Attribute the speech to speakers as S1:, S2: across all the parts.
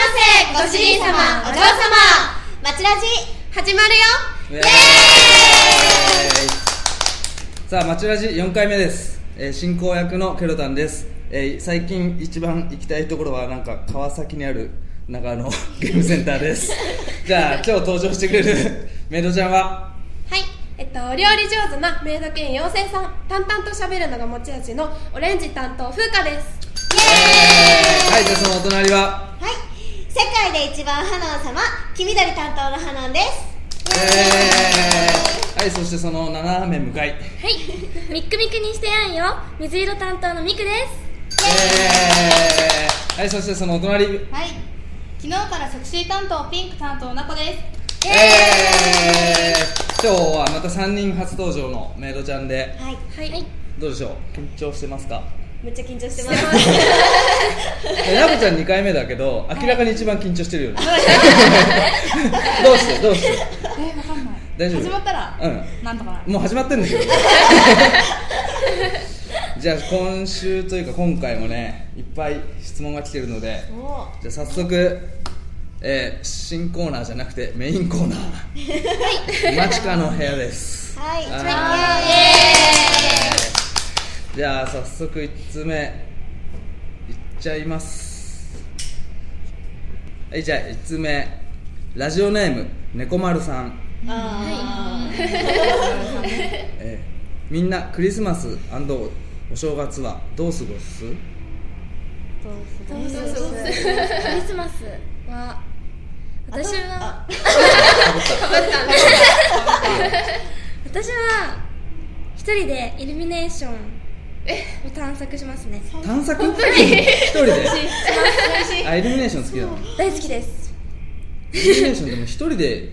S1: ご主人様お嬢様町ラジ始まるよ
S2: イ
S1: イ
S2: エーイ
S1: エーイ
S2: さあ、町ラジ4回目です、えー進行役のケロタンです、えー最近一番行きたいところはなんか川崎にある中野 ゲームセンター ですじゃあ今日登場してくれるメイドちゃんは
S3: はい、えっと、お料理上手なメイド犬妖精さん淡々と喋るのが持ち味のオレンジ担当風花です
S2: はい、じゃあそのお隣は
S1: はい世界で一番ハノン様黄緑担当のハノンです
S2: イエーイはい、そしてその斜め向かいイエ
S4: はい、 ミックミックにしてやんよ水色担当のミクです
S2: ーイはい、そしてそのお隣イエーイ
S1: はい昨日からセクシー担当ピンク担当なこです
S2: 今日はまた3人初登場のメイドちゃんで
S1: はい
S4: はい、
S2: どうでしょう緊張してますか
S1: めっちゃ緊張してます
S2: えラブちゃん2回目だけど明らかに一番緊張してるよね どうしてどうして
S5: えわかんない
S2: 大丈夫
S5: 始まったら
S2: う
S5: なんとかなる
S2: んもう始まってんだけど じゃあ今週というか今回もねいっぱい質問が来てるのでじゃあ早速、えー新コーナーじゃなくてメインコーナ ーマチカの部屋です
S1: はい
S2: あーじゃあ早速1つ目いっちゃいますはいじゃあ1つ目ラジオネーム猫丸さん、
S1: あー
S2: えーみんなクリスマスお正月はどう過ごす
S4: そうそうクリスマスは私
S1: あ
S4: は私は一人でイルミネーションを探索しますね
S2: 探索一人であイルミネーション好きなの
S4: 大好きです
S2: イルミネーションでも一人で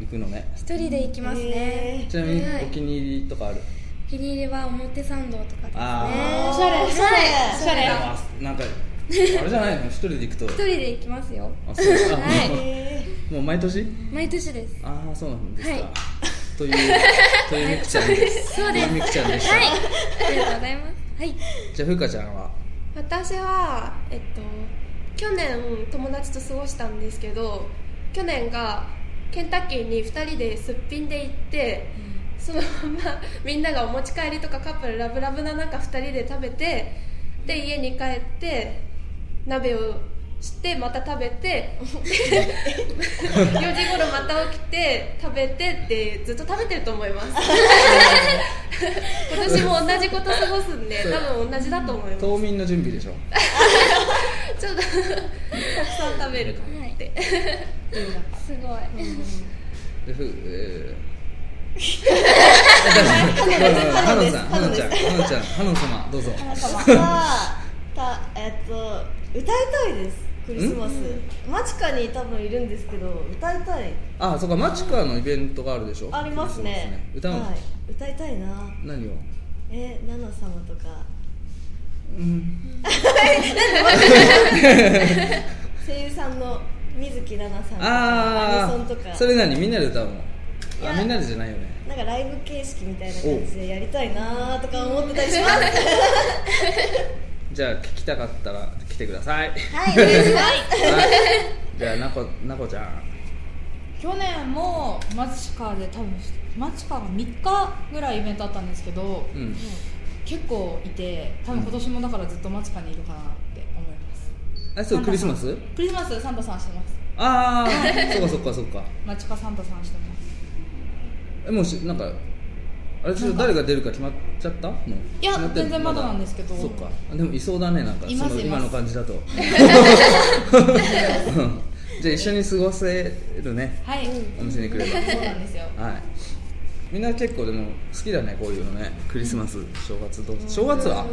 S2: 行くのね
S4: 一人で行きますね
S2: ちなみに
S4: はい
S2: お気に入りとかある
S4: お気に入りは表参道とかです
S2: あ
S4: ね
S1: おしゃれおしゃれ
S4: おしゃれ
S2: でもあなんかあれじゃないの一人で行くと
S4: 一人で行きますよ
S2: あそうあ
S4: はい
S2: もう毎年
S4: 毎年です
S2: ああそうなんですか、
S4: はい
S2: というというみくちゃんです
S4: そうです
S2: といみくちゃんでした、
S4: はいありがとうございますはい
S2: じゃあふうかちゃんは
S3: 私はえっと去年友達と過ごしたんですけど去年がケンタッキーに2人ですっぴんで行って、そのま まみんながお持ち帰りとかカップルラブラブな中2人で食べてで家に帰って鍋をしてまた食べて4時頃また起きて食べてってずっと食べてると思います今年も同じこと過ごすんで多分同じだと思います
S2: 冬眠の準備でしょ
S3: ちょっとたくさん食べるかもって、
S4: すごい
S2: でふえーはのんさんはのんちゃんはのんちゃんはのん様どうぞ
S6: あたえっと歌いたいですクリスマスマチカに多分いるんですけど歌いたい
S2: あそうかマチカのイベントがあるでしょ
S6: ありますね
S2: そうですね歌うの、
S6: はい、歌いたいな
S2: 何を
S6: えナナ様とか
S2: うん
S6: 声優さんの水木奈々さんとかア
S2: あ
S6: ニソ
S2: あ
S6: ンとか
S2: それ何みんなで歌うの
S6: い
S2: あ
S6: や
S2: みんなでじゃないよね
S6: なんかライブ形式みたいな感じでやりたいなとか思ってたりします
S2: じゃあ聞きたかったら来てください
S1: はいお願いし ます
S2: はいじゃあなこなこちゃん
S5: 去年もマチカで多分マチカが3日ぐらいイベントあったんですけど
S2: うん
S5: 結構いて多分今年もだからずっとマチカにいるかなって思います
S2: あそうクリスマス
S5: クリスマスサンタさんしてます
S2: ああそっかそっかそっか
S5: マチカサンタさんしてます
S2: えもうしなんかあれちょっと誰が出るか決まっちゃったもう
S5: いや
S2: 決ってる
S5: 全然まだなんですけど
S2: そっかあでもいそうだねなんか
S5: います
S2: その
S5: いま
S2: 今
S5: す
S2: の感じ だとうんじゃあ一緒に過ごせるね
S5: はい、
S2: お店に来れ
S5: そうなんですよ
S2: ばはいみんな結構でも好きだねこういうのねクリスマス正月どう正月は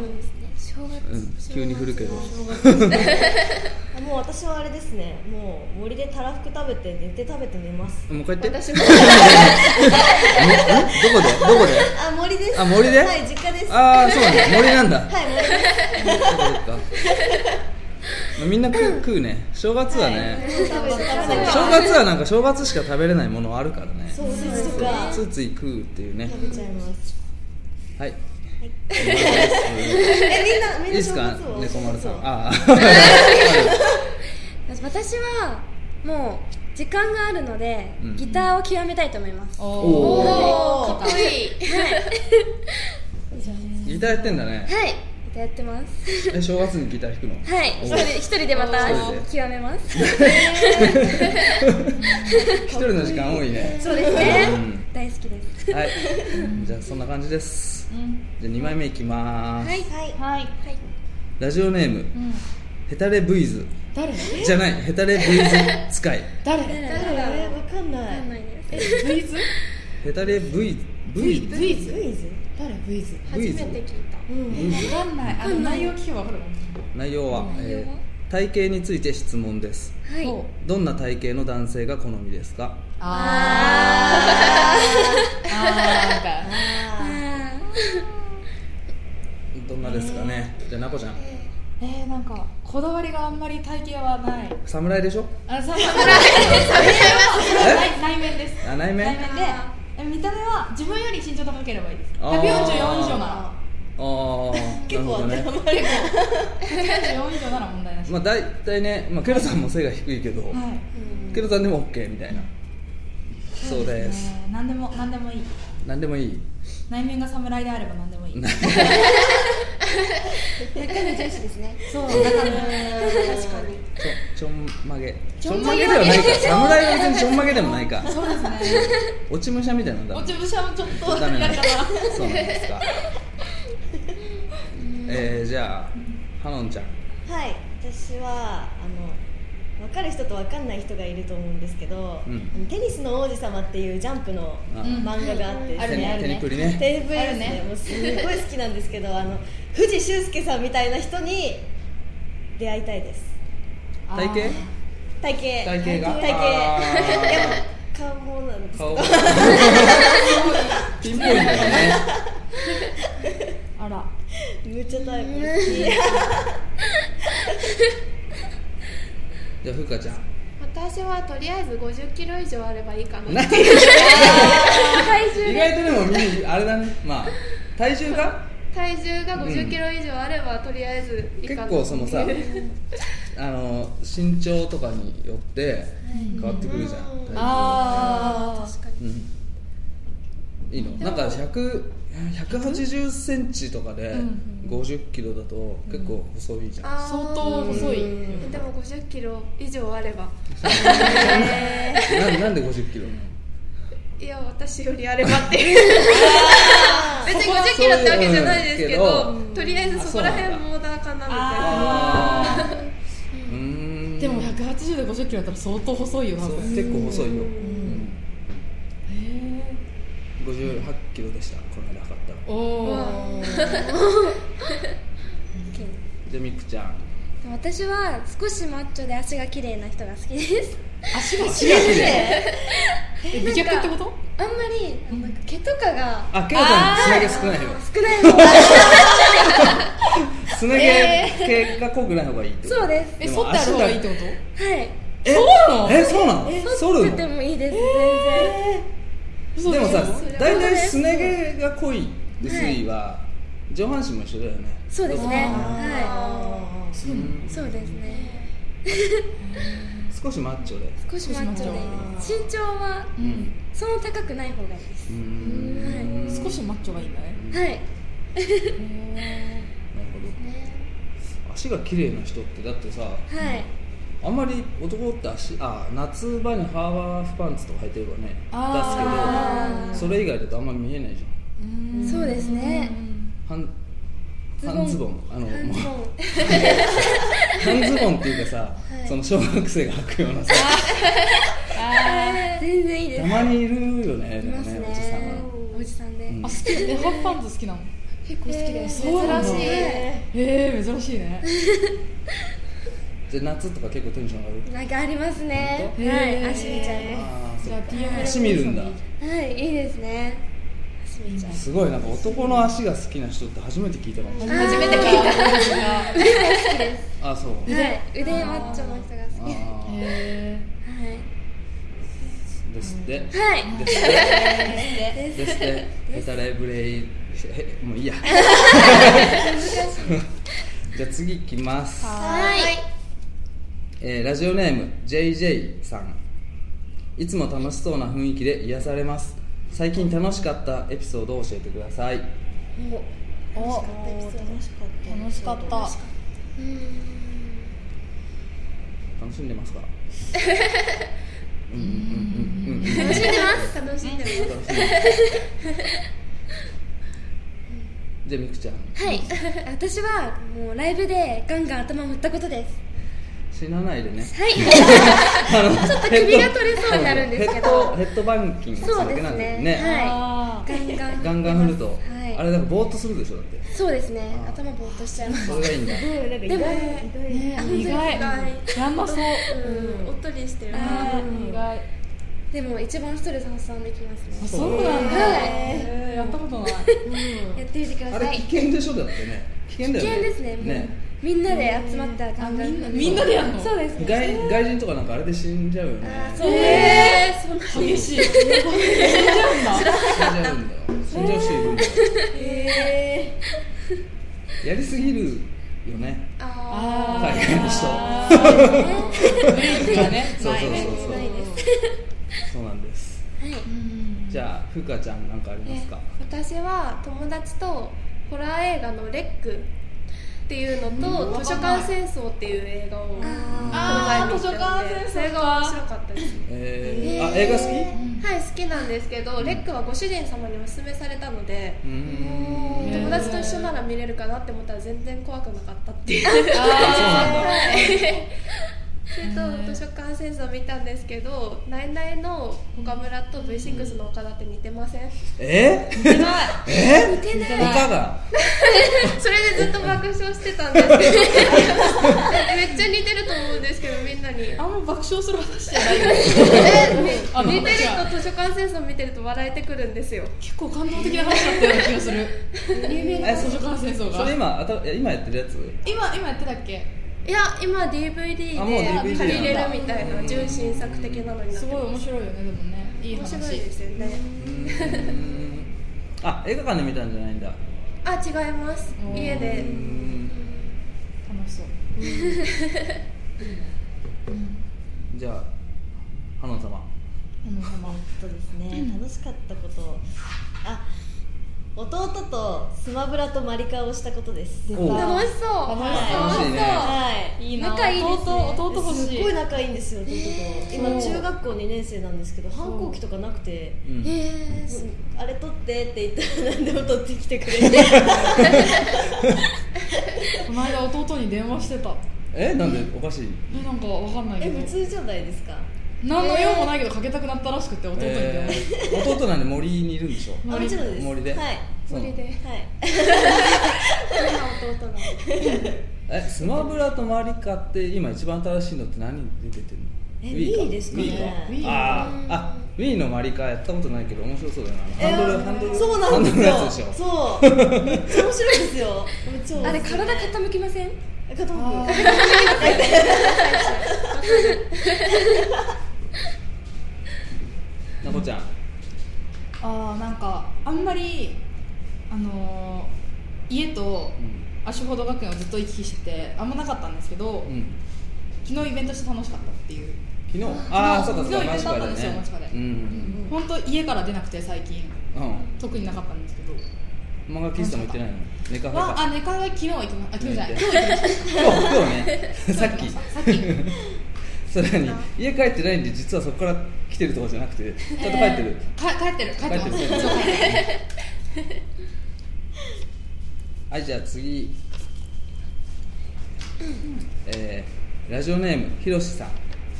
S4: 正月
S2: うん急に降るけど
S6: あもう私はあれですねもう森でたらふく食べて寝て食べて寝ます
S2: もうこうやって
S3: 私も
S2: どこでどこで
S6: あ森です
S2: あ森で
S6: はい実家ですはい
S2: ああそうなんだ森なんだ
S6: 森です
S2: そうかまあみんな食う食うね正月はね、
S6: 食べて食べ
S2: そう
S6: て
S2: 正月はなんか正月しか食べれないものあるからね
S6: ソーセージとか
S2: ついつい食うっていうね
S6: 食べちゃいます
S2: はい
S6: えみんなみんない
S2: いですか
S6: 正月を
S2: 猫丸さん
S6: あ
S2: ああ
S4: 私はもう時間があるので、
S2: うん
S4: ギターを極めたいと思います、
S2: お
S3: おーかっこ
S5: いい
S3: いい
S2: ギターやってんだね
S4: はいギターやってます
S2: え正月にギター弾くの
S4: はい
S2: お
S4: 一人一人でまた
S2: 一人で
S4: 極めます
S2: 一人の時間多いね
S4: そうです
S2: う
S4: ね
S2: ん
S4: 大好きです
S2: はいじゃあそんな感じです
S5: うん
S2: じゃあ2枚目いきまーす、
S1: はいはい
S5: はい
S2: ラジオネーム
S5: うん
S2: ヘタレブイズ
S5: 誰
S2: じゃないヘタレブイズ使い
S5: 誰
S6: えーわかんな
S4: わかん
S6: い
S4: ないです
S5: ブイズ
S2: ヘタレブイブイ
S5: ブイズ
S6: クイズ
S5: 誰ブイズ
S3: 初めて聞いた
S6: うん
S5: わかんないあの内容聞けばわかるか
S2: 内容は、えー体型について質問です
S4: はい
S5: も
S2: どんな体型の男性が好みですか
S5: あーあーなんか
S4: あ
S2: どんなですかね、じゃあなこちゃん
S5: えー、なんかこだわりがあんまり体型はない
S2: 侍でしょ
S5: あそうそう内内面です
S2: あ内面
S5: 内面でえ見た目は自分より身長高ければいいです
S2: あー
S5: 144以上な
S2: ああ結構ね
S5: ら144以上なら問題なし、
S2: まあ大体ね、まあ、ケロさんも背が低いけど、
S5: はい
S2: ケロさんでも OK みたいなそうです、
S5: ね何でも何でもいい
S2: 何でもいい
S5: 内面が侍であれば何でもいい
S2: な
S1: 中身重視ですね
S5: そうだから
S1: 確かに
S2: ちょちょんまげち
S5: ち
S2: ょ
S5: ょ
S2: ん
S5: ん
S2: ま
S5: ま
S2: げ
S5: げ
S2: ではないか侍は別にちょんまげでもないか
S5: そうですね
S2: 落ち武者みたいなんだ
S5: 落ち武者もちょっと
S2: ダメな
S5: だ
S2: ん
S5: か
S2: だそうなんですかえー、じゃあはのんちゃん
S6: はい私はあの分かる人と分かんない人がいると思うんですけど、
S2: うん
S6: あのテニスの王子様っていうジャンプの
S2: あ
S6: 漫画があってです
S5: あるねある
S2: ねテニプリね
S6: テニプリです
S5: ある
S6: ね
S5: ね
S6: もうすごい好きなんですけどあの藤修介さんみたいな人に出会いたいです
S2: 体型
S6: 体型
S2: 体型が
S6: 体型
S2: あー
S6: でも顔もなんです
S2: 顔ピンポイントだね
S5: あーあら
S6: むっちゃタイプだし
S2: じゃあふうかちゃん
S3: 私はとりあえず50キロ以上あればいいかな
S2: 何
S3: って
S2: 意外とでもみんなあれだねまあ体重が
S3: 体重が50キロ以上あればとりあえずいい
S2: 結
S3: かな
S2: 構そのさ あの身長とかによって変わってくるじゃん体重
S5: あー
S2: うんいいのなんか100 180センチとかで
S5: うん
S2: 50キロだと結構細いじゃん、
S3: あー
S5: 相当細い
S3: でも50キロ以上あれば
S2: ななんで50キロなの
S3: いや私よりあればっていう別に50キロってわけじゃないですけ
S2: そう
S3: ど
S2: いう
S3: とりあえずそこら辺
S2: あそう
S3: モーダーかなみたいな
S5: あ
S2: あーうーん
S5: でも180で50キロだったら相当細いよ多
S2: そう
S5: 分
S2: 結構細いよ、うん、58キロでしたこの間測ったら
S5: おお
S2: じゃあみくちゃん
S4: ー私は少しマッチョで足が綺麗な人が好きです
S5: 足が
S2: 足が綺麗
S5: え美脚ってこと
S4: あんまりなんか毛とかが
S2: あケイさんすね毛少ないよ
S4: 少ないのが
S2: すね毛毛が濃くない方がいいってこと
S4: そうです
S5: え
S2: でも
S5: 反ってある方がいいってこ
S4: はい
S2: えそう
S5: なの
S2: えそうなの剃
S4: 剃っ
S2: る
S4: てて
S2: の
S4: もいいです全然
S5: と
S2: でもさ
S5: そう
S2: 大体すね毛が濃い薄いは上半身も一緒だよね
S4: そうですねは
S2: うん
S4: いそうですね
S2: 少しマッチョで
S4: 少しマッチョでいいです身長は
S2: うん
S4: そんな高くない方がいいで
S2: う
S4: す
S2: ーんなる
S5: 少しマッチョがいいんだね
S4: はい
S2: ほど足が綺麗な人ってだってさ
S4: はい
S2: あんまり男って足あ夏場にハーバーフパンツとか履いてればね
S5: あ
S2: 出すけどそれ以外だとあんまり見えないじゃ
S4: そうですね
S2: ん半
S4: ボン
S2: 半ズボンあの
S4: 半
S2: もう
S4: ズボン
S2: 半ズボンっていうかさ、その小学生が履くようなさ
S4: 全然いいで
S2: た
S4: す
S2: まにいるよね
S4: い
S2: でも
S4: ます
S2: ねおじさんは
S4: ねおじさんで
S2: うん
S5: あ好きえハーフパンツ好きなの
S3: 結構好きです
S5: そうなんだ
S3: 珍しい
S5: えー、珍しいね
S2: で夏とか結構テンション上がる
S4: なんかありますね
S5: 本当
S4: はい
S5: へー
S4: 足見ちゃいま
S2: ああそ
S5: じゃ
S2: っ
S5: あ
S2: か
S5: PFL
S2: 足見るんだ
S4: すはいいいですね足見ちゃう
S2: すごいなんか男の足が好きな人って初めて聞いたかもしれない
S5: 初めて聞いたんですが
S2: あそう
S4: はい腕マッチョの人が好き
S2: あ
S5: へ
S4: は
S2: ーですって
S4: いはい
S2: ですって
S4: で
S2: ですってヘタレブレイへもういいや じゃあ次いきます
S4: はい
S2: えーラジオネーム JJ さんいつも楽しそうな雰囲気で癒されます最近楽しかったエピソードを教えてください
S5: お
S6: 楽しかった
S5: 楽しかった
S6: 楽し
S2: 楽しんでますかうんうんうんうんうん
S3: 楽しんでます楽しんでま
S2: 楽
S3: す
S2: しんでますじゃあみくちゃん
S4: はい私はもうライブでガンガン頭振ったことです
S2: 死なないでね
S4: はい
S2: ちょっと
S4: 首が取れそうになるんですけど
S2: ヘッドヘッドバンキングするだけなんだよね
S4: そうですねはい
S5: あ
S4: ガンガン
S2: ガンガン振ると、
S4: はい
S2: あれだからぼーっとするでしょだって
S4: そうですね
S2: あー
S4: 頭ぼーっとしちゃいます
S2: それがいいんだ
S6: でもなんか意外意
S5: ーね意
S3: 意
S5: 外
S3: 外
S5: やんなそう
S3: うんおっとりしてる
S5: あー意外
S4: でも一番ストレス発散できますね
S5: あそうなんだ
S4: はい
S5: へーやったことない
S4: やってみてくだ
S2: あ
S4: さ
S2: れ
S4: い
S2: 危険でしょだってね危険だ
S4: 危
S2: よね
S4: 険ですねもうみんなで集まったらガンガン
S5: あみんなみんなでやんの
S4: そうですね
S2: 外外人とかなんかあれで死んじゃうよね
S4: そう
S5: え
S4: そんな
S5: ー激しい死んじゃうんだ
S2: 死んじゃうんだよ死んじゃう人いるんだよやりすぎるよね
S5: あ
S2: 大変でし
S5: ょブレーキがね
S2: そうそうそう
S5: ないね
S2: そうそうなんです
S5: うん
S2: じゃあふうかちゃんなんかありますか
S3: 私は友達とホラー映画の「レック」っていうのと「図書館戦争」っていう映画をこの前
S5: あー
S3: 見たので
S5: 図書館戦争か
S3: それが面白かったです
S2: えーあ映画好き
S3: はい好きなんですけど「レック」はご主人様におすすめされたので
S2: うーん
S5: へー
S3: 友達と一緒なら見れるかなって思ったら全然怖くなかったっていう
S2: あそうなんだ
S3: それと図書館戦争見たんですけど「ナイナイ」の岡村と V6 の岡田って似てません
S2: えー、え似てない他が
S3: それでずっと爆笑してたんですけ どめっちゃ似てると思うんですけどみんなに
S5: あんま爆笑する話じゃないよあの
S3: 見てると図書館戦争見てると笑えてくるんですよ
S5: 結構感動的な話だったような気がするえ図書館戦争
S2: そ
S5: が
S2: れ今あたいや今やってるやつ
S5: 今今やってたっけ
S3: いや今 DVD
S2: あもう
S3: で
S2: DVD
S3: 借りれるみたいな純真作的なのになっ
S5: す
S3: て
S5: ごい
S3: ま
S5: 面白いよねでもねいい
S3: 面
S5: 話
S3: 白いですよね
S2: あ映画館で見たんじゃないんだ
S3: あ違います
S5: うん
S3: 家で
S2: うーん
S5: 楽しそう
S2: じゃあ花野様
S5: あのまあ
S6: そうですね楽しかったことあ弟とスマブラとマリカをしたことです
S5: 出
S2: お
S5: た
S3: 楽しそう
S2: 楽しいね
S6: はい
S5: いいな
S4: 仲いいですね
S5: 弟弟欲
S6: す
S5: し
S6: っ
S5: い
S6: ごい仲いいんですよ弟と今
S5: そう
S6: 中学校2年生なんですけど反抗期とかなくて
S2: うん
S4: えー
S6: うんあれ取ってって言ったら何でも取ってきてくれて
S5: この間弟に電話してた
S2: えなんでおかしい
S5: えなんかわかんないけ
S6: え
S5: ど
S6: 普通じゃないですか
S5: 何の用もないけどかけたくなったらしくて弟に電話して
S2: えー弟なんで森にいるんでしょ
S6: あも
S5: 森
S6: ちろんです
S2: 森で
S6: はい
S2: そう
S3: 森で
S6: はい
S3: どんな弟なの
S2: えスマブラとマリカって今一番新しいのって何出ててるの
S6: え
S2: Wii
S6: Wii ですかね
S2: Wii
S5: Wii
S2: あーあ Wii のマリカやったことないけど面白そうだな
S6: え
S2: ハンドル、
S6: ー
S2: ハンドル
S6: そうなんですよ
S2: ハンドルのやつで
S6: そうめっち
S2: しょ
S6: ゃ面白いですよめっちゃ面白い
S4: あれ体傾きません
S6: 肩もく
S2: なこちゃん
S5: あーなんかあんまりあのー家と
S2: うん
S5: 足ほど学園をずっと行き来しててあんまなかったんですけど、
S2: うん
S5: 昨日イベントして楽しかったっていう
S2: 昨日ああそう
S5: 昨
S2: か
S5: 日
S2: そうか
S5: イベントあったん
S2: マ
S5: で
S2: ジ
S5: すよ
S2: でね
S5: マジで
S2: うんうん
S5: 本当家から出なくて最近
S2: うん
S5: 特になかったんですけど
S2: 漫画喫茶も行ってないのネカフェ
S5: わ
S2: か
S5: あ寝か昨日行きまあ昨日じゃない
S2: 行
S5: 今
S2: っ
S5: 日
S2: て今日今
S5: 行きまし
S2: 日ね
S5: た
S2: さっき
S5: さっき
S2: それに家帰ってないんで実はそこから来てるとかじゃなくてちゃんと帰ってる、
S5: か帰ってる帰ってま
S2: 帰って
S5: す
S2: る
S5: そう帰 ってる
S2: はいじゃあ次、えーラジオネームひろしさん、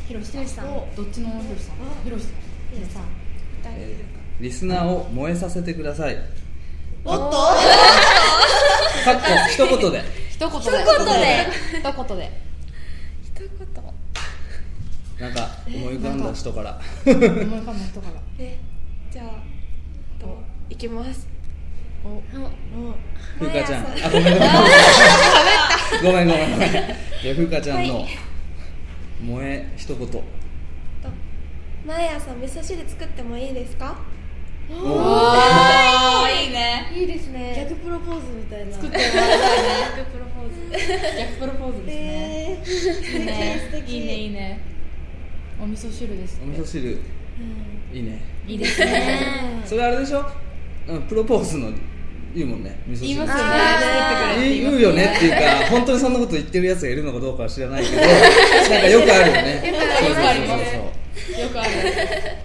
S5: ひろしさん
S4: ひろしさん
S5: どっちのひろしさんひろしさん
S6: さん
S2: えーリスナーを燃えさせてください
S6: おっと
S2: かっこ一言で
S5: 一言で一言で
S2: なんか思い浮かんだ人から
S5: 一言 で思い浮かんだ人から
S3: えじゃあといきます
S5: お
S2: ふうかちゃんあごめんごめんご めんごめんごめんじゃあふうかちゃんの燃え一言
S3: と毎朝味噌汁作ってもいいですか
S2: おー
S5: あーいいね
S3: いいですね
S6: 逆プロポーズみたいな
S5: 作ってもらいたいね
S3: 逆プロポーズ
S5: 逆プロポーズですね、
S6: えー
S5: いいね
S6: 素敵
S5: いいねいいねお味噌汁です
S2: お
S5: ね
S2: 味噌汁いいね
S5: いいですね
S2: それあれでしょ、うん、プロポーズの言うもんね味噌汁
S5: 言いますよね
S3: あ
S5: 作ってくれって
S2: 言う
S5: ます
S2: よねっていうか本当にそんなこと言ってるやつがいるのかどうかは知らない けどなんかよくあるよね
S5: よくあります
S2: そうそうそう
S5: よくある
S6: え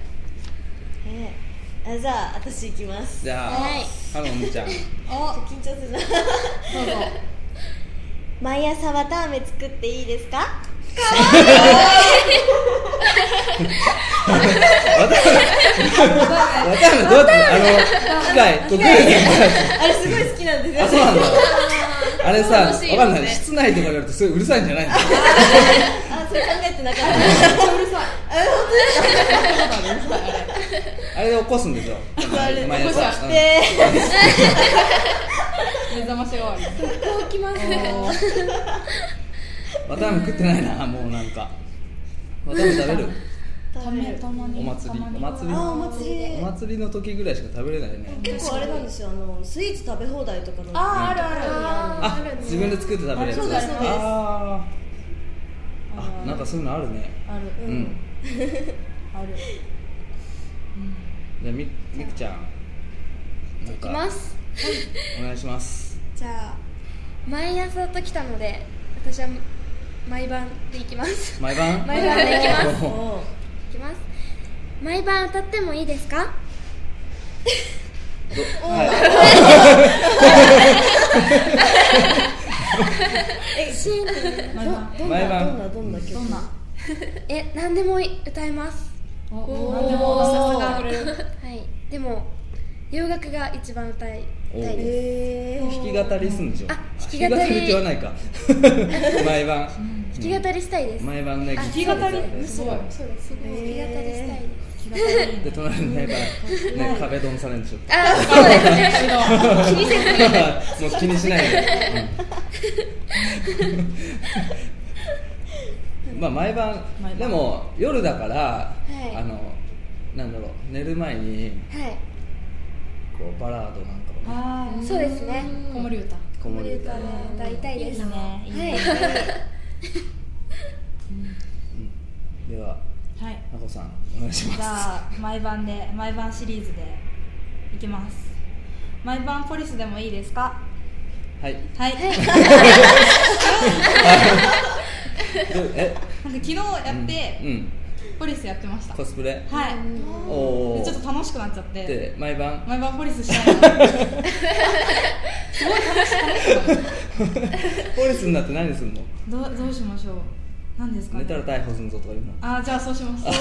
S6: ーあじゃあ私行きます
S2: じゃあ、
S4: はい
S2: ハロンみーちゃん
S5: お
S6: 緊張するな
S5: どうぞ
S1: 毎朝わたあめ作っていいです か
S2: わたあめわたあめどうやってあの機械得意な
S6: あれすごい好きなんですよ
S2: あそうなんだあれさ、
S5: 楽しいよ
S2: わ
S5: ね
S2: かんない室内とかでやるとすごいうるさいんじゃないの
S6: あそれ考えてなかっため っちゃうるさい
S2: あれで起こすんでしょ毎朝
S5: 起こし
S2: うん
S6: で
S5: 目覚まし代わりに
S3: こうきます
S5: おー
S2: わたあめ食ってないなもうなんかわたあめ食べる
S5: ためたまに
S2: お祭り
S5: たまに
S2: お祭り
S6: あお祭り
S2: お
S6: で
S2: 祭りの時ぐらいしか食べれないね
S6: 結構あれなんですよあのスイーツ食べ放題とかの
S5: あーあるある
S2: あ
S3: るね
S2: 自分で作って食べれるやつ
S6: そうですそうです
S2: あー
S5: あ
S2: あなんかそういうのあるね
S5: ある
S2: うん、
S5: ある
S2: じゃあみみくちゃんなん
S4: き
S2: か
S4: ます
S2: お願いします
S4: じゃあ毎朝ときたので私は毎晩で行き ます
S2: 毎晩
S4: 毎晩で行きます
S2: おー
S6: も
S4: 行きます毎晩歌ってもいいですか
S2: どは
S4: シーンって
S5: 毎晩
S6: うどんな
S2: 毎晩
S6: どんなどんな曲
S5: どんな
S4: え何でもい歌えます
S5: お
S6: ー
S5: 何でもさすがくれる
S4: はいでも洋楽が一番歌いたいです
S6: えー
S2: い弾き語りすんでしょ
S4: あ弾き語り
S2: 弾って言わないか毎晩
S4: 弾き語りしたいです弾
S2: 毎晩ね弾
S5: き語りすごい
S4: そうですすごい弾き語りしたいです
S5: 気が軽い
S2: で隣にねね壁ドンされるんでしょ
S4: あそうですね
S5: 白
S4: 気にせずに
S2: もう気にしないで、うんまあ毎晩
S5: 毎晩
S2: でも夜だから、
S4: い
S2: あのなんだろう寝る前に
S4: はい
S2: こうバラードなんかをね
S5: あー
S4: そうですね
S5: 子守歌
S2: 子守歌で
S4: 歌いたいです
S5: ねいいね
S4: は
S2: では
S5: はい
S2: なこさんお願いし
S5: じ
S2: ま
S5: ゃあ毎晩で毎晩シリーズでいきます毎晩ポリスでもいいですか
S2: すはい
S5: はい
S2: でえ
S5: なんか昨日やって、
S2: うんうん
S5: ポリスやってました
S2: コスプレ
S5: はい
S2: おお
S5: でちょっと楽しくなっちゃって
S2: で毎晩
S5: 毎晩ポリスした いなすごい楽しい楽しくなる
S2: ポリスになって何すんの
S5: どうどうしましょう何ですか
S2: 寝
S5: ね
S2: たら逮捕すんぞとか言うの
S5: あーじゃあそうします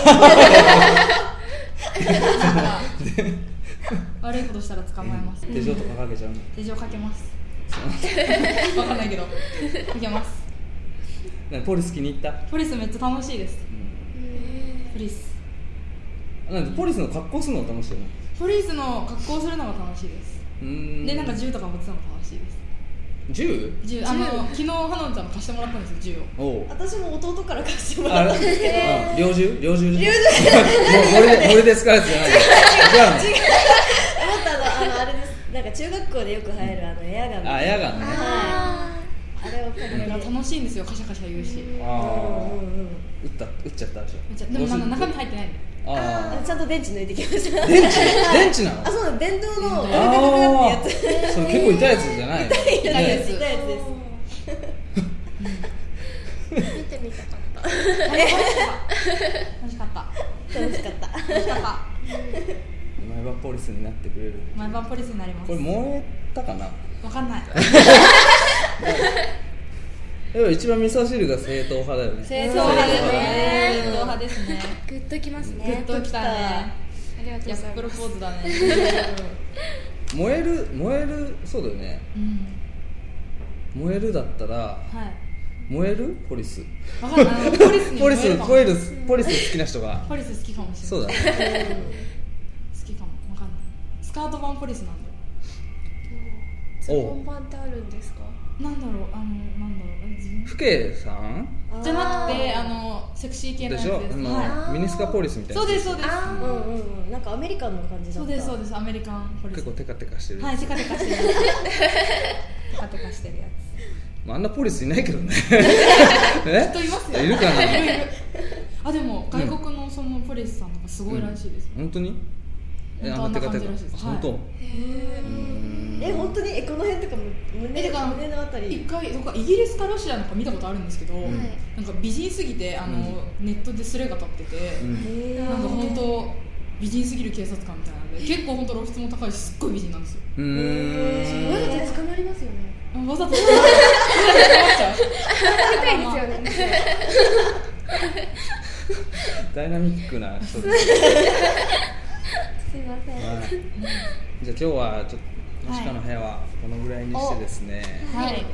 S5: 悪いことしたら捕まえます
S2: 手錠とかかけちゃうの
S5: 手錠かけますわかんないけどかけます
S2: ねポリス気に入った
S5: ポリスめっちゃ楽しいですポリス
S2: なんでポリスの格好するの楽しいよね
S5: ポリスの格好をするのが楽しいです
S2: うー
S5: でなんか銃とか持つのも楽しいです
S2: 銃
S5: 銃あの昨日はのんちゃんも貸してもらったんですよ銃を
S2: おう
S6: 私も弟から貸してもら
S2: あ
S6: った
S2: れ
S6: んですけど
S2: あ猟銃猟銃猟銃 森で森で使うやつじゃないの違う
S6: 思ったのあのあれですなんか中学校でよく入るあのエアガン
S2: のあ
S6: はい
S2: エアガンね
S6: あれを借
S5: こ
S6: り
S5: れ
S6: て
S5: が楽しいんですよカシャカシャ言うしめっ
S2: あ
S6: うんうんうん
S2: ー撃った撃っちゃったでし
S5: ちゃ
S2: ょ
S5: でもまだ中身
S2: あ
S5: 入ってないんで
S2: あ
S6: ちゃんと電池抜いてきました
S2: ー電池電池なの
S6: あそうなの電動のガラガラガラ
S2: あ
S6: っ
S2: あ
S6: てやつ
S2: それ結構痛いやつじゃないの
S5: 痛いや
S2: ね
S5: つ
S6: 痛いやつです
S4: い見てみたかった
S5: 楽しかった
S6: 楽しかった
S5: 楽しかった
S2: 前はポリスになってくれる
S5: 毎晩ポリスになりま
S2: こ
S5: す
S2: れ燃えたかな
S5: わかんない
S2: でも一番味噌汁が正統派だよね
S5: 正
S6: 統派です
S5: ね
S6: ね
S5: 正統派ですね
S4: グッときます
S5: グッ
S4: ね
S5: ときたね
S4: ありがとうござ
S5: 逆
S4: い
S5: プ
S4: ま
S5: ロ
S4: す
S5: ポーズだ ね
S2: 燃える燃えるそうだよね
S5: うん
S2: 燃えるだったら
S5: はい
S2: 燃えるポリス
S5: わかんないポリスに
S2: ポリ
S5: 燃え
S2: ス
S5: るかも
S2: ポリスポリス好きな人が
S5: ポリス好きかもしれない
S2: そうだね
S5: 好きかもわかんないスカート版ポリスなんだよ
S2: おう
S3: 本番ってあるんですか
S5: なんだろうあのなんだろうえ自分
S2: 父兄さん
S5: じゃなくてあのセクシー系
S2: で
S5: のやつ
S2: しょ
S5: です
S2: あの、
S5: は
S2: ミニスカポリスみ
S5: い
S2: たいな
S5: そうですそうです
S3: あ
S6: うんうんうんなんかアメリカンの感じだ
S5: そ
S6: っ
S5: う
S6: た
S5: ですそう
S6: す
S5: ですアメリカンポリス
S2: 結構テカテカしてる、
S5: はいテカテカしてるテカテカしてるや
S2: まあ、あんなポリスいないけど ね
S5: つ
S2: え
S5: 人いますよ
S2: いるかない
S5: るいるあでも外国のそのポリスさんとかすごいらしいですよ、
S2: 本当にえあ
S5: 本
S2: んな
S5: 当
S2: テカテ
S5: あんな感じらしいで
S2: カ
S5: す
S2: 本当、
S5: は
S6: え本当にえこの辺とかむ
S5: え
S6: 胸
S5: てか
S6: 胸のあた
S5: 一
S6: り
S5: 回僕はイギリスかロシアのか見たことあるんですけど、
S2: んはい
S5: なんか美人すぎてあの、ネットでスレが立ってて、
S2: うん
S6: へ
S5: なんか本当美人すぎる警察官みたいなんで結構本当露出も高いしすっごい美人なんですよ
S2: うーん
S3: わざと捕まりますよね
S5: あわざ とわざと困っちゃう
S3: 痛いですよね
S2: ダイナミックな人です
S3: すいません
S2: はいじゃあ今日はちょっとマシカの部屋はこのぐらいにしてですね、
S5: はい、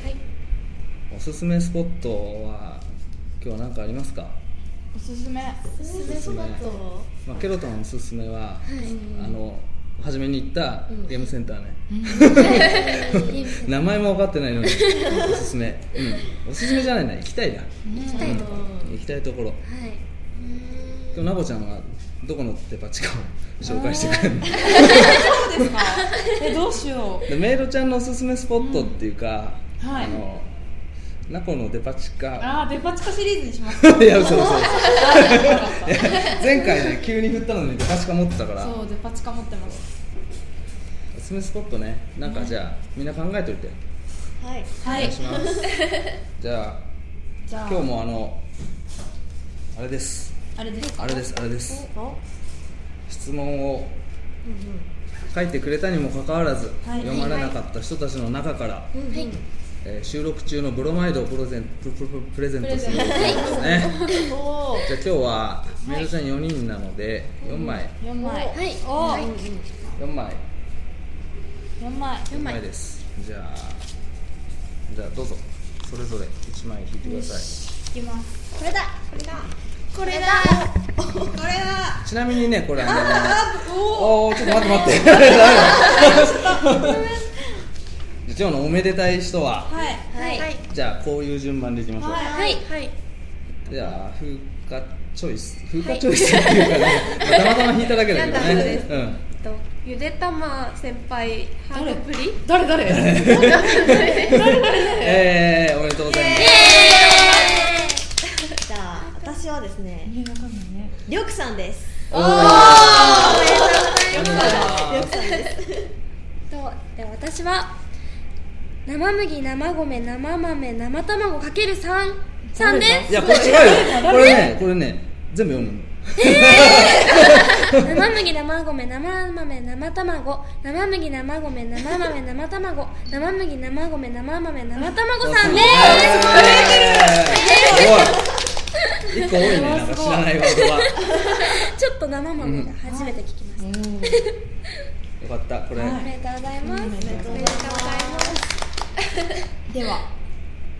S2: おすすめスポットは今日は何かありますか
S5: おすすめ
S6: おすすめスポット
S2: まあ、ケロトンのおすすめは、あの初めに行ったゲームセンターね、名前も分かってないのにおすすめ、うん、おすすめじゃないな行きたいな
S4: 行きたいところ
S2: 行きたいところ
S4: はい
S2: 今日なこちゃんはどこのデパ地下を紹介してくれるの
S5: そうですかえどうしよ
S2: でメイドちゃんのおすすめスポットっていうか、
S5: うんはい
S2: あのナコのデパ地
S5: う
S2: 下
S5: あーデパ地下シリーズにし ます か
S2: いやそうそう
S5: あよかった
S2: 前回ね急に振ったのにデパ地下持ってたから
S5: そうデパ地下持ってます
S2: おすすめスポットねなんかじゃあ、みんな考えといて
S6: はい
S5: は
S2: お願いします、じゃあ
S5: じゃあ
S2: 今日もあのあれです
S5: あれですか
S2: あれですあれです
S6: おうん
S2: 質問を
S6: うん
S2: 書いてくれたにもかかわらず、
S5: はい
S2: 読まれなかった人たちの中から、
S4: はい
S2: えー収録中のブロマイドをプロゼンププププレゼントする
S5: プレゼント
S2: ですね
S6: おー
S2: じゃあ今日はメイドちゃん4人なので4枚
S5: 4枚
S4: はい
S5: お
S4: はい
S2: 4枚
S5: 4枚
S2: 4枚ですじゃあじゃあどうぞそれぞれ1枚引いてください
S5: いきます
S1: これだ
S6: これだこれだ
S2: ちなみにねこれあの
S6: お
S2: おおちょっと待って待 って誰だじゃあ今日のおめでたい人は
S5: はい
S4: はいはい
S2: じゃあこういう順番でいきましょう、
S4: はい
S3: はい
S2: じゃあ風化チョイス風化チョイスっていうかね、まあたまたま引いただけだけど
S3: いやダメで
S2: ね
S3: す
S2: うん
S3: えっとゆでたま先輩ハートプリ
S5: 誰誰
S2: えー、おめでとうございます
S6: じゃあ私はですね
S5: 意味わかんないね
S6: りょくさんです
S2: おー
S5: 4枚だ
S4: とで私は生麦生米生豆生卵かける三三です
S2: いやこれ違うよこれねこれね全部読むの
S4: 生麦生米生豆生卵生麦生米生豆生卵生麦生米生豆生卵さんで
S2: えーすごい一個多いねなんか知らない言葉
S4: すちょっと生豆が初めて聞きました、
S2: よかったこれ、
S5: はい
S4: おめでとうございます、
S5: おめでとうございま
S6: おめでと
S5: す
S6: うございます
S5: では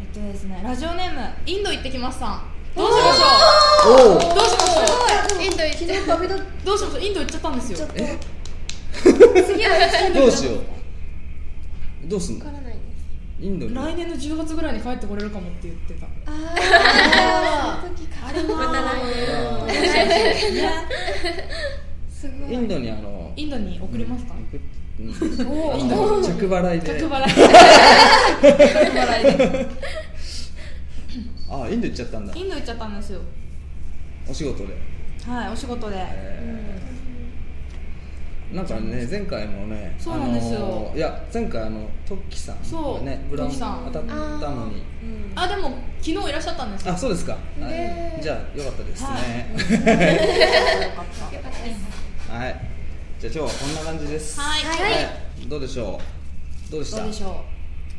S5: えっとですねラジオネームインド行ってきましたんどうしましょ
S2: お
S5: う
S2: お
S5: どうしましょ
S3: インド行って
S6: 旅立っ
S5: うどうしましょうインド行っちゃったんですよ
S2: え
S3: 次はインド
S2: どうしようどうすんの
S4: わからないです
S2: インドに
S5: 来年の10月ぐらいに帰ってこれるかもって言ってた
S6: た
S3: また来年
S2: インドにあの
S5: インドに送りますか
S2: うんあの着払いで
S5: 着払い着払いで
S2: あインド行っちゃったんだ
S5: インド行っちゃったんですよ
S2: お仕事で、
S5: はいお仕事で
S2: えーなんかね前回もね
S5: そうなんですよ
S2: あのーいや前回あのトッキさんが
S5: そう
S2: ねブラウン
S5: トッキさん
S2: 当たったのに
S5: あでも昨日いらっしゃったんですよ
S2: あそうですか、はいじゃあよかったですね
S5: よかった
S2: はい、じゃあ今日はこんな感じです
S5: はい
S2: い、どうでしょうどうでした
S5: どうでしょ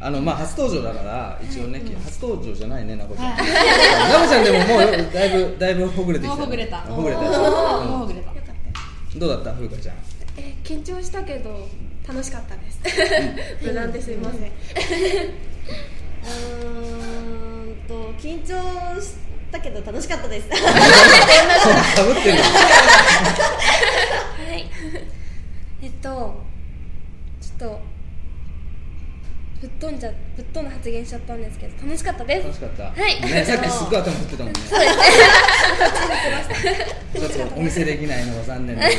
S2: あのまあ初登場だから一応ね、初登場じゃないねなこちゃん、なこ ちゃんでももうだいぶだいぶほぐれてきた、
S5: もうほぐれた
S2: ほぐれた、
S5: うもうほぐれた
S2: どうだった風花ち ゃん
S3: えー緊張したけど楽しかっ たです無難ですいません
S6: うーんと緊張したけど楽しかっ たです
S2: かぶってる
S4: はい。えっと、ちょっと、ぶっ飛んちゃぶっ飛んだ発言しちゃったんですけど楽しかったです
S2: 楽しかった、
S4: はい
S2: ね、さっきすっごい頭振ってたもんね ちょっとお見せできないのが残念です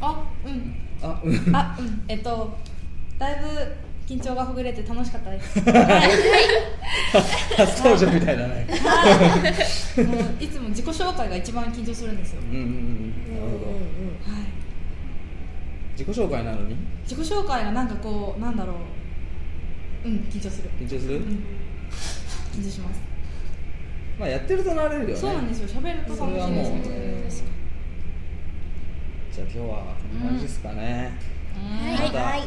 S5: あうん
S2: あうん
S5: あうんえっとだいぶ緊張がほぐれて楽しかったです
S2: 初登場みたいだね
S5: もういつも自己紹介が一番緊張するんですよ
S2: うんうんうんなるほど
S5: はい
S2: 自己紹介なのに
S5: 自己紹介がなんかこうなんだろううん緊張する
S2: 緊張する、
S5: うん緊張します、
S2: まあやってるとなれるよね
S5: そうなんですよ喋るとかもしれないで
S2: それは
S5: す
S2: もう
S5: ね
S2: じゃあ今日はこんな感じですかね、
S5: は
S2: また、
S5: はい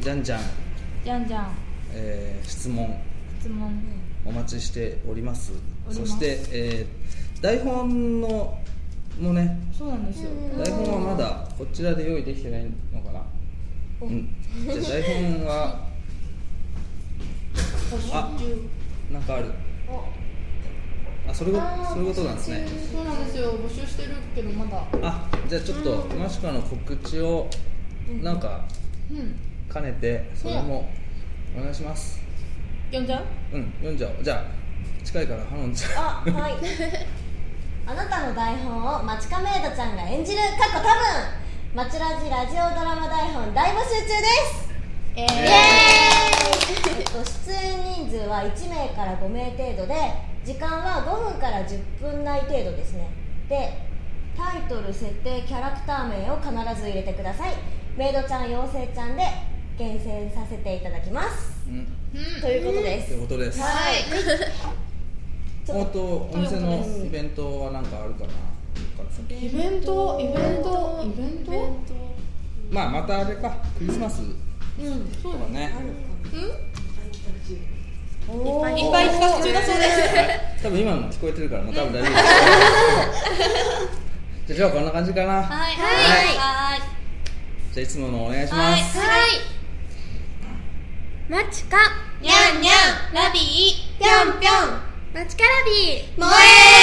S2: じゃんじゃん、
S5: じゃんじゃん
S2: えー質問
S5: 質問
S2: お待ちしております
S5: おります
S2: そして、えー台本のもね
S5: そうなんですよ
S2: 台本はまだこちらで用意できてないのかなうんじゃあ台本は
S5: 補習中
S2: なんかあるあそれごそれごとなんですね
S5: そうなんですよ募集してるけどまだ
S2: あじゃあちょっとマシカの告知をなんか
S5: うん
S2: 兼ねてそれもお願いします
S5: 呼んじゃう
S2: うん読んじゃおうじゃあ近いからハノンちゃん
S1: あはいあなたの台本をマチカメイドちゃんが演じる過去多分マチラジラジオドラマ台本大募集中です
S5: え
S1: イ
S5: ー
S1: エーイ、えっと、出演人数は1名から5名程度で時間は5分から10分内程度ですねでタイトル設定キャラクター名を必ず入れてくださいメイドちゃん妖精ちゃんで厳選させていただきます
S2: うん
S1: ということで
S2: っ
S1: す
S2: てことです
S1: はいちょ
S2: お
S1: っ
S2: っとお店のイベントは何かあるかなこっから先
S5: イベントイベントイベント
S2: まあまたあれかクリスマスとかね、
S1: と
S5: いっぱい企画中だそうです
S2: はい多分今のも聞こえてるからもう多分大丈夫ですじゃあ今日はこんな感じかなはい
S5: はい
S2: はいじゃあいつものお願いします
S4: マチカ
S1: にゃんにゃんラビーぴょんぴょん
S4: マチカラビー
S1: 萌え